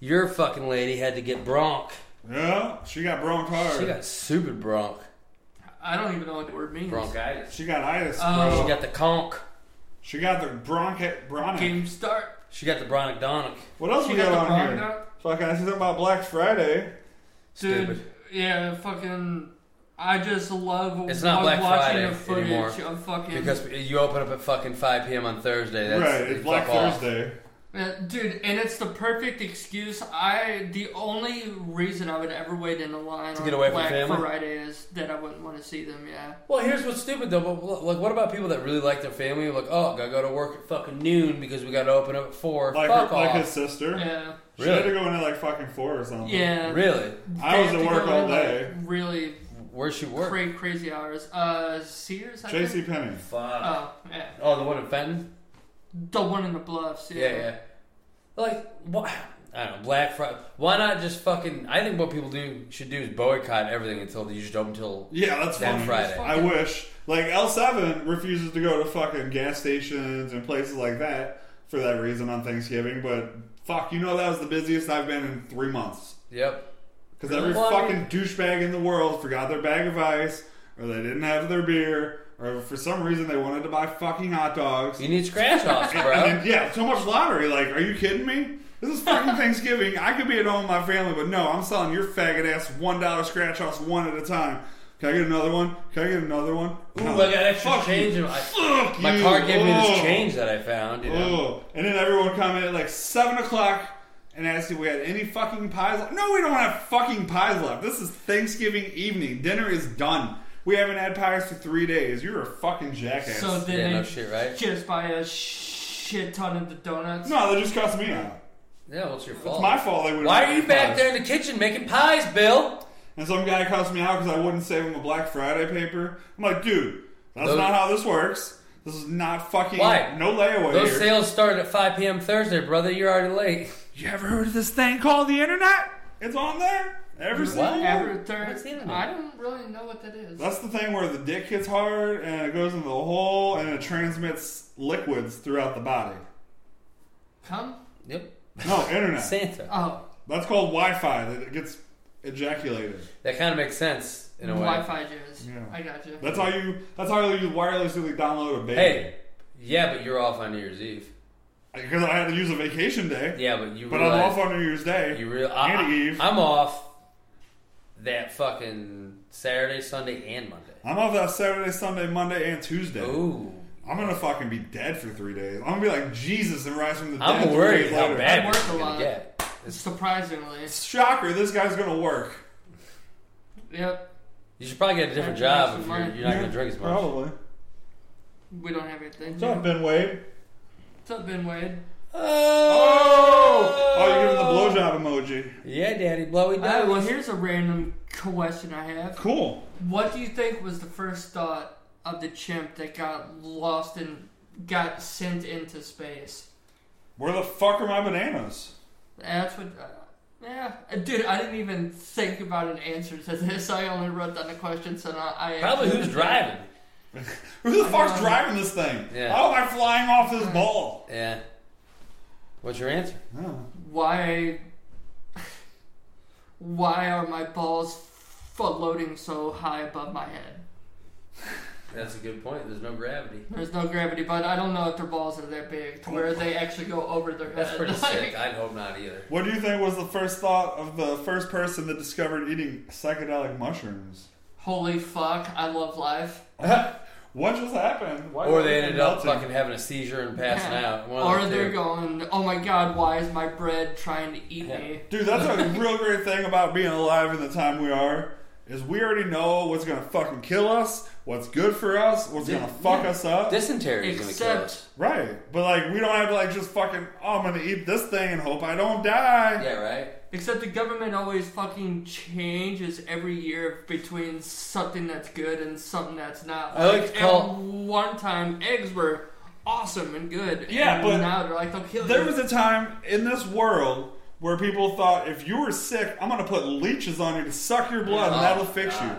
your fucking lady had to get bronk. Yeah, she got bronc hard. She got stupid bronk, I don't even know what the word means. bronchitis. She got itis, Oh. bro. She got the conk. She got the bronchi bronchic. Game start. She got the bronic What else She we got got, the on bong here? dog? Fucking, I see something about Black Friday. Dude, Stupid. yeah, fucking. I just love It's not wa- Black watching Friday the footage anymore, of fucking. Because you open up at fucking 5 p.m. on Thursday. That's, right, it's Black fuck off. Thursday. Yeah, uh, dude, and it's the perfect excuse. I the only reason I would ever wait in a line To on get away from Black family? Friday is that I wouldn't want to see them. Yeah, Well, here's what's stupid though. But look, like, what about people that really like their family? Like, oh, gotta go to work at fucking noon because we gotta open up at four. Like, Fuck her, off. like his sister. yeah, She had to Really? go in at like fucking four or something. yeah. Really? I They was have at to work go all in, like, day. really Where's she work? cra- crazy hours. Uh, Sears. I think? J.C. Penney. Fuck. Oh yeah, oh, the one in Fenton. the one in the bluffs. Yeah, Yeah, yeah. Like, what? I don't know. Black Friday. Why not just fucking? I think what people do should do is boycott everything until you just open till. Yeah, that's That funny. Friday. I wish. Like L7 refuses to go to fucking gas stations and places like that for that reason on Thanksgiving, but fuck, you know that was the busiest I've been in 3 months. Yep. Cuz every Well, I fucking mean- douchebag in the world forgot their bag of ice or they didn't have their beer or for some reason they wanted to buy fucking hot dogs. You need scratch offs, And *laughs* bro. then, yeah, so much lottery. Like, are you kidding me? This is *laughs* fucking Thanksgiving. I could be at home with my family, but no, I'm selling your faggot ass one dollar scratch offs one at a time. Can I get another one? Can I get another one? Ooh, No. I got extra Fuck change. you. in my- Fuck My you. car gave me this Oh. change that I found. You know? Oh. And then everyone commented at like seven o'clock and asked if we had any fucking pies left. No, we don't have fucking pies left. This is Thanksgiving evening. Dinner is done. We haven't had pies for three days. You're a fucking jackass. So then Yeah, they no shit, right? just buy a shit ton of the donuts. no, they just cussed me out. Yeah, what's your fault? It's my fault. They wouldn't Why are have you any back pies. there in the kitchen making pies, Bill? And some guy cussed me out because I wouldn't save him a Black Friday paper. I'm like, dude, that's Those- not how this works. This is not fucking Why? no layaway Those here. sales started at 5 p.m. Thursday, brother. You're already late. *laughs* you ever heard of this thing called the internet? It's on there. Ever seen What? it? Every third, What's the internet? I don't really know what that is. That's the thing where the dick hits hard and it goes into the hole and it transmits liquids throughout the body. Come? Yep. *laughs* No, internet. Santa. Oh, That's called Wi-Fi. That it gets ejaculated. That kind of makes sense in a way. Wi-Fi jizz. Yeah. I got you. That's how you. That's how you wirelessly download a baby. Hey, yeah, but you're off on New Year's Eve. Because I had to use a vacation day, Yeah, but you but I'm realize off on New Year's Day. you real. I, and Eve. I'm off that fucking Saturday, Sunday, and Monday. I'm off that Saturday, Sunday, Monday, and Tuesday. Ooh, I'm gonna fucking be dead for three days. I'm gonna be like Jesus and rise from the dead. I'm three worried days how later. bad I it's work a gonna lot. get. Surprisingly. Shocker! This guy's gonna work. Yep. You should probably get a different I have to job if make you're, some you're not gonna drink as much. Probably. We don't have anything. What's up, Ben Wade? What's up, Ben Wade? Oh! Oh, you give him the blowjob emoji. Yeah, Daddy, blowy All right, Uh, well, down. here's a random question I have. Cool. What do you think was the first thought of the chimp that got lost and got sent into space? Where the fuck are my bananas? That's what. uh, Yeah, uh, dude, I didn't even think about an answer to this. *laughs* I only wrote down the question, so now I Probably who's driving. Who the fuck's know. driving this thing? Yeah. How am I flying off this ball? Yeah. What's your answer? Oh. Why? Why are my balls floating so high above my head? That's a good point. There's no gravity. There's no gravity, but I don't know if their balls are that big to where they actually go over their head. That's pretty *laughs* Like, sick. I'd hope not either. What do you think was the first thought of the first person that discovered eating *laughs* psychedelic mushrooms? Holy fuck! I love life. What just happened? Why Or are they you ended up melting? fucking having a seizure and passing out. One or of the they're two. going, oh my god, why is my bread trying to eat Yeah. me? Dude, that's *laughs* a real great thing about being alive in the time we are. Is we already know what's gonna fucking kill us, what's good for us, what's Dude, gonna fuck yeah. us up. Dysentery is going to kill Except- us. right. But like we don't have to like just fucking oh I'm gonna eat this thing and hope I don't die. Yeah, right? Except the government always fucking changes every year between something that's good and something that's not. I like to at call- one time eggs were awesome and good. Yeah, and but now they're like they'll kill There you. was a time in this world where people thought if you were sick, I'm gonna put leeches on you to suck your blood and that'll fix you.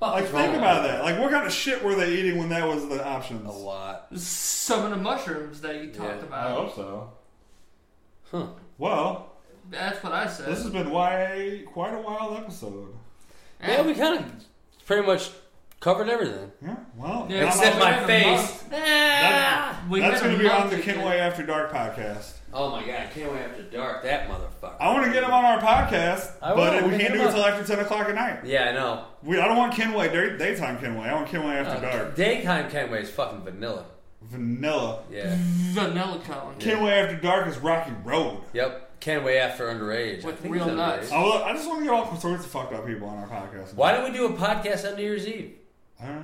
Like think about that. Like what kind of shit were they eating when that was the options? A lot. some of the mushrooms that you talked Yeah. about. Oh. so. Huh. Well, That's what I said. this has been why quite a wild episode. Yeah, we kind of pretty much covered everything. Yeah, well, Yeah, that's- Except we my had a face. That- We that's had a going to be on month the to Kentway After Dark podcast. Oh my god, can't wait after dark. That motherfucker. I want to get him on our podcast, I will, we but we can can't get him do it on. until after 10 o'clock at night. Yeah, I know. We, I don't want Kenway, day, daytime Kenway. I want Kenway Oh, After Uh, Dark. daytime Kenway is fucking vanilla. Vanilla. Yeah. Mm. Vanilla cone. Kenway After Dark is Rocky Road. Yep. Kenway after underage. I With think real it's nuts. underage. I, will- I just want to get all sorts of fucked up people on our podcast. Why don't we do a podcast on New Year's Eve? All right.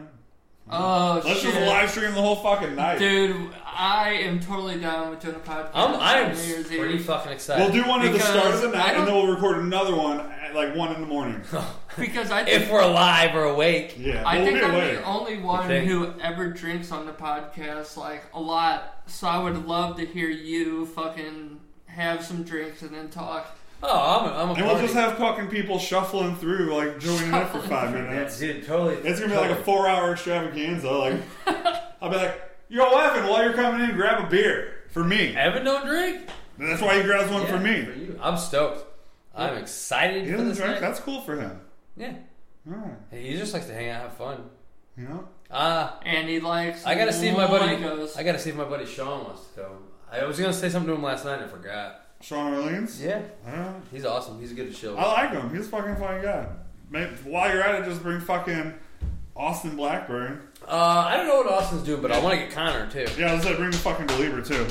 Oh Let's shit, just live stream the whole fucking night. dude! I am totally down with doing a podcast. I'm, I'm on New Year's pretty Eve fucking excited. We'll do one at the Because start of the I night, and then don't- we'll record another one at like 1 in the morning. because *laughs* I think if we're alive or awake. Yeah, I we'll think be I'm awake. the only one think? who ever drinks on the podcast like a lot. So I would love to hear you fucking have some drinks and then talk. Oh, I'm a, I'm a And we'll party. just have fucking people shuffling through, like joining in for *laughs* five minutes. Yeah, dude, totally. It's gonna be like a totally. four-hour extravaganza. Like, I'll be like, "Yo, Evan, while you're coming in, grab a beer for me." And Evan don't drink. that's why he grabs one Yeah, for For me. you. I'm stoked. I'm excited He for doesn't this drink. night. That's cool for him. Yeah. All right. He just likes to hang out, have fun. You know, Ah. And he likes. I gotta see if my buddy. Legos. I gotta see if my buddy Sean wants to come. I was gonna say something to him last night. and I forgot. Sean Orleans. Yeah, I don't know. he's awesome. He's good at chill. I like him. He's a fucking funny guy. Maybe, while you're at it, just bring fucking Austin Blackburn. Uh, I don't know what Austin's doing, but I want to get Connor too. Yeah, let's say bring the fucking Believer too.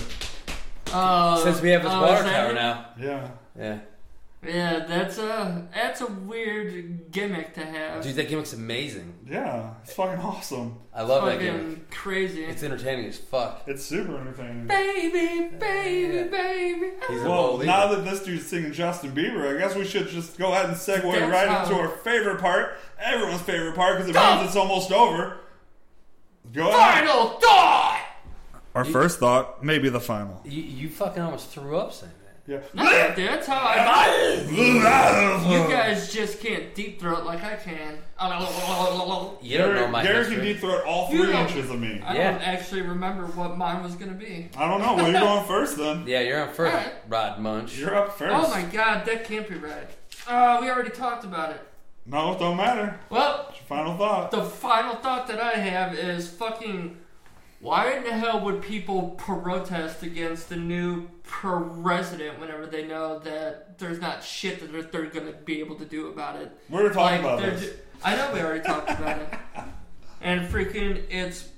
Uh, Since we have this uh, water is that- tower now. Yeah. Yeah, Yeah, that's a that's a weird gimmick to have. dude, that gimmick's amazing. Yeah, it's fucking awesome. I love that gimmick. fucking crazy. It's entertaining as fuck. It's super entertaining. baby, baby, Yeah. baby. He's a Well, bold leader. now that this dude's singing Justin Bieber, I guess we should just go ahead and segue That's right how- into our favorite part, everyone's favorite part, because it means it's almost over. Go ahead. Final thought. Our first thought, maybe the final. you, you fucking almost threw up saying that. *laughs* Yeah. No, dude, that's how I. *laughs* You guys just can't deep throat like I can. *laughs* *laughs* You don't know my Gary can history. deep throat all You three know- inches of me. I Yeah. don't actually remember what mine was gonna be. I don't know. Well, you're going first *laughs* then. yeah, you're on first, Alright. Rod Munch. You're up first. Oh my god, that can't be right. Uh, we already talked about it. No, it don't matter. Well, It's your final thought. the final thought that I have is fucking. Why in the hell would people protest against the new president whenever they know that there's not shit that they're, they're gonna be able to do about it? We We're talking about they're this. ju- I know we already talked about *laughs* it. And freaking, it's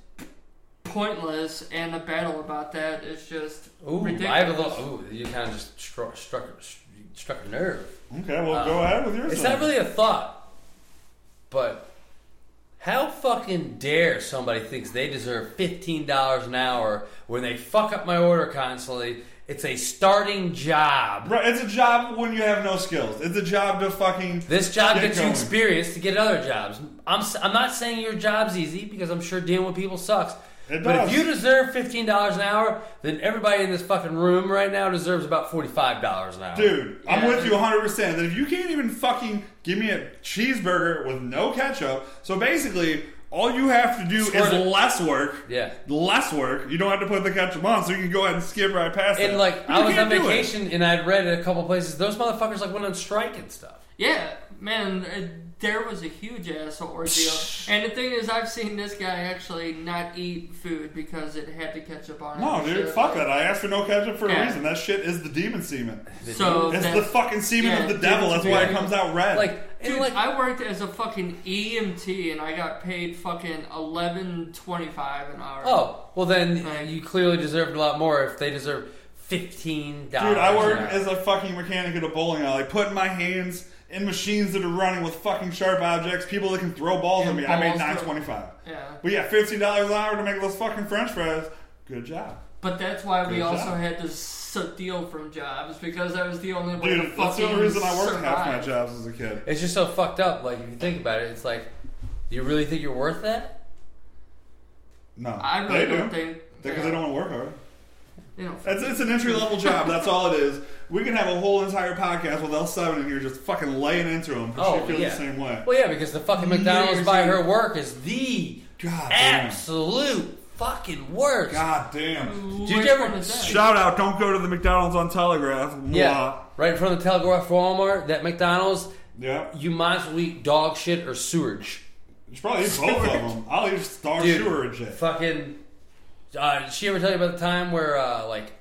pointless, and the battle about that is just Ooh, ridiculous. I have a little. Ooh, you kind of just struck struck struck a nerve. okay, well, Uh, go ahead with yours. It's then. not really a thought, but how fucking dare somebody thinks they deserve fifteen dollars an hour when they fuck up my order constantly? It's a starting job. Right, it's a job when you have no skills. It's a job to fucking. This job Get gets you going. experience to get other jobs. I'm s- I'm not saying your job's easy because I'm sure dealing with people sucks, It But does. if you deserve fifteen dollars an hour, then everybody in this fucking room right now deserves about forty-five dollars an hour. Dude, I'm Yeah. with you 100%. That if you can't even fucking give me a cheeseburger with no ketchup, so basically, all you have to do Squirt is it. less work. Yeah. Less work. You don't have to put the ketchup on, so you can go ahead and skip right past it. And like But I you was on can't do it. vacation and I'd read at a couple places those motherfuckers like went on strike and stuff. Yeah, man, uh, there was a huge asshole ordeal. and the thing is, I've seen this guy actually not eat food because it had the ketchup on it. No, and dude, shit. fuck that. I asked for no ketchup for a Yeah. reason. That shit is the demon semen. So It's that- the fucking semen yeah, of the dude, devil. That's why it yeah. comes out red. Like and Dude, like I worked as a fucking EMT and I got paid fucking eleven twenty five an hour. oh well then Right. you clearly deserved a lot more if they deserve fifteen dollars. Dude, Oh, I work as a fucking mechanic at a bowling alley, putting my hands in machines that are running with fucking sharp objects, people that can throw balls at And me. I made balls nine throw- twenty five. Yeah. But yeah, fifteen dollars an hour to make those fucking French fries. Good job, But that's why we Good also job. had to steal from jobs because that was the only way to dude. fucking That's the only reason I worked survive. half my jobs as a kid. It's just so fucked up. Like if you think about it, it's like, do you really think you're worth that? No, I really they do don't think because yeah, they don't want to work hard. You know, It's, it's an entry level job. That's all it is. We can have a whole entire podcast with L7 in here just fucking laying into him because Oh, she feels yeah. the same way. Well, yeah, because the fucking McDonald's Years by in. her work is the God damn. absolute fucking worst. God damn. Which you ever- one is that? Shout out, don't go to the McDonald's on Telegraph. Mwah. Yeah, right in front of the Telegraph Walmart, that McDonald's, Yeah. you might as well eat dog shit or sewage. You should probably eat both of them. I'll eat Star Dude. Sewer and shit. Fucking. Uh, did she ever tell you about the time where uh, like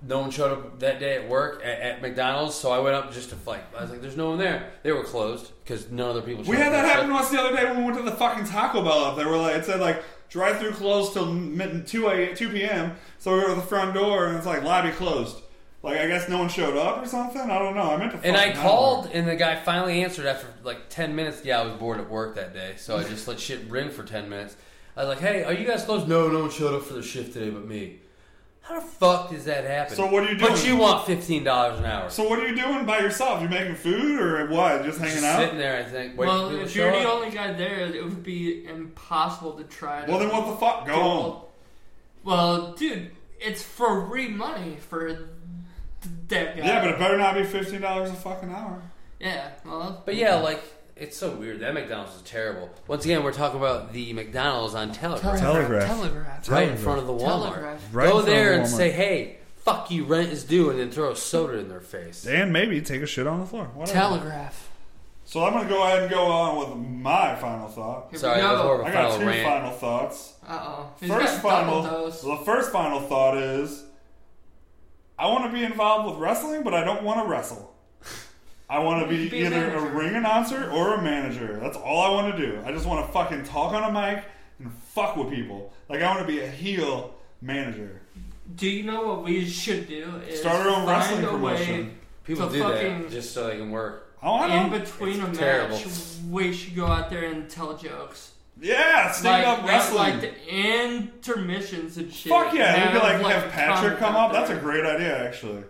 no one showed up that day at work at, at McDonald's? So I went up just to like I was like, "There's no one there." They were closed because none other people. Showed We had up that shit. happen to us the other day when we went to the fucking Taco Bell up there. We're like, it said like drive through closed till mid- 2 a 2 p.m. So we go to the front door and it's like lobby closed. Like I guess no one showed up or something. I don't know. I meant to. And I fucking know. called, and the guy finally answered after like ten minutes. Yeah, I was bored at work that day, so I just let shit ring for ten minutes. I was like, "Hey, are you guys closed?" No, no one showed up for the shift today, but me. How the fuck does that happen? So what are you But doing? you want fifteen dollars an hour? So what are you doing by yourself? You making food or what? Just hanging Just out. sitting there, I think. Waiting Well, for people to if show you're the up. only guy there, it would be impossible to try. To Well, then what the fuck? Go home. Well, dude, it's free money for th- that guy. Yeah, but it better not be fifteen dollars a fucking hour. yeah, well, But yeah, like it's so weird. That McDonald's is terrible. Once again, we're talking about the McDonald's on Telegraph, Telegraph. telegraph, right in front of the Walmart. Telegraph. Right in Go front of there the and Walmart. say, "Hey, fuck you, rent is due," and then throw a soda in their face. And maybe take a shit on the floor. Whatever. telegraph. So I'm gonna go ahead and go on with my final thought. Here Sorry, we that was more go. of I a got final two rant. final thoughts. Uh oh, he's First got final. double dose. Well, the first final thought is, I want to be involved with wrestling, but I don't want to wrestle. I want to be, *laughs* Be a either a manager. ring announcer or a manager. That's all I want to do. I just want to fucking talk on a mic and fuck with people. Like I want to be a heel manager. Do you know what we should do? Is Start our own find wrestling a promotion. People So do fucking- that just so they can work. Oh, I Way don't in know. between It's a match, terrible. we should go out there and tell jokes. Yeah, stand up wrestling. like the intermissions and shit. Fuck yeah, Have, we could like have Patrick comic come out up. That's a there. great idea, actually.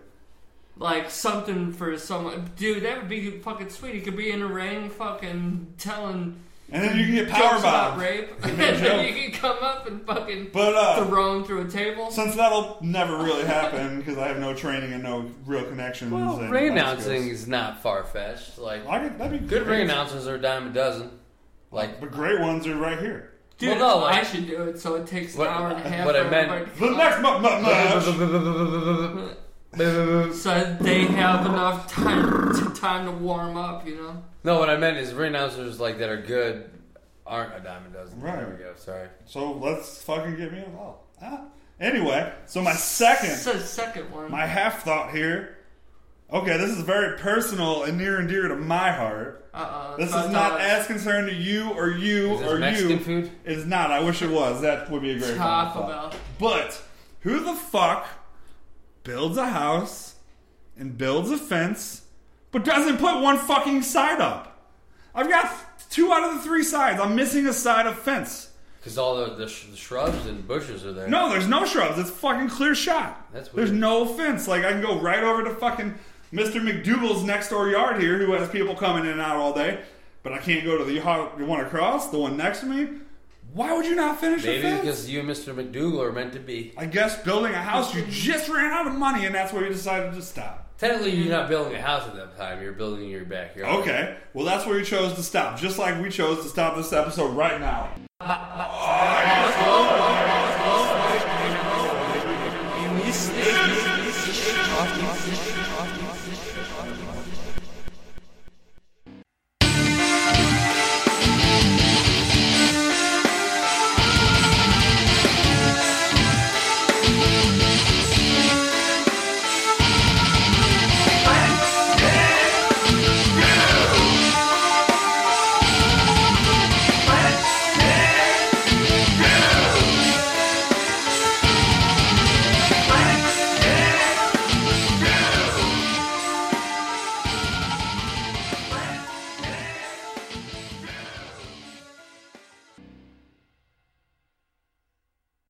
like something for someone, dude. That would be fucking sweet. He could be in a ring, fucking telling And then you can get jokes power about bombed. *laughs* rape, Give and me a then joke. you can come up and fucking But uh, throw him through a table. since that'll never really happen because I have no training and no real connections. Well, and ring life announcing skills. is not far fetched. Like I could, that'd be good great. ring announcers are a dime a dozen. Like But great ones are right here. Dude, Well, no, I like- should do it. So it takes What- uh, an hour and a half. what I for meant- everybody to The come next up. mu- mu- match. So they have enough time to, time to warm up, you know. *laughs* no, what I meant is ring announcers like that are good aren't a dime a dozen. There Right. we go. Sorry. So let's fucking get me involved. Ah. Anyway, so my second, So second one. my half thought here. Okay, this is very personal and near and dear to my heart. uh oh. This is not as concerned to you or you Is this or Mexican you. food? It is not. I wish it was. That would be a great Taco final Bell. thought. But who the fuck builds a house and builds a fence, but doesn't put one fucking side up? I've got two out of the three sides. I'm missing a side of fence. Because all the, the, sh- the shrubs and bushes are there. No, there's no shrubs. It's fucking clear shot. That's weird. There's no fence. Like I can go right over to fucking Mr. McDougal's next door yard here, who has people coming in and out all day. But I can't go to the yard, the one across, the one next to me. Why would you not finish a Maybe fence? because you and Mr. McDougal are meant to be. I guess building a house, you just ran out of money, and that's why you decided to stop. Technically, you're not building a house at that time. You're building your backyard. Okay, well, that's where you chose to stop, just like we chose to stop this episode right now.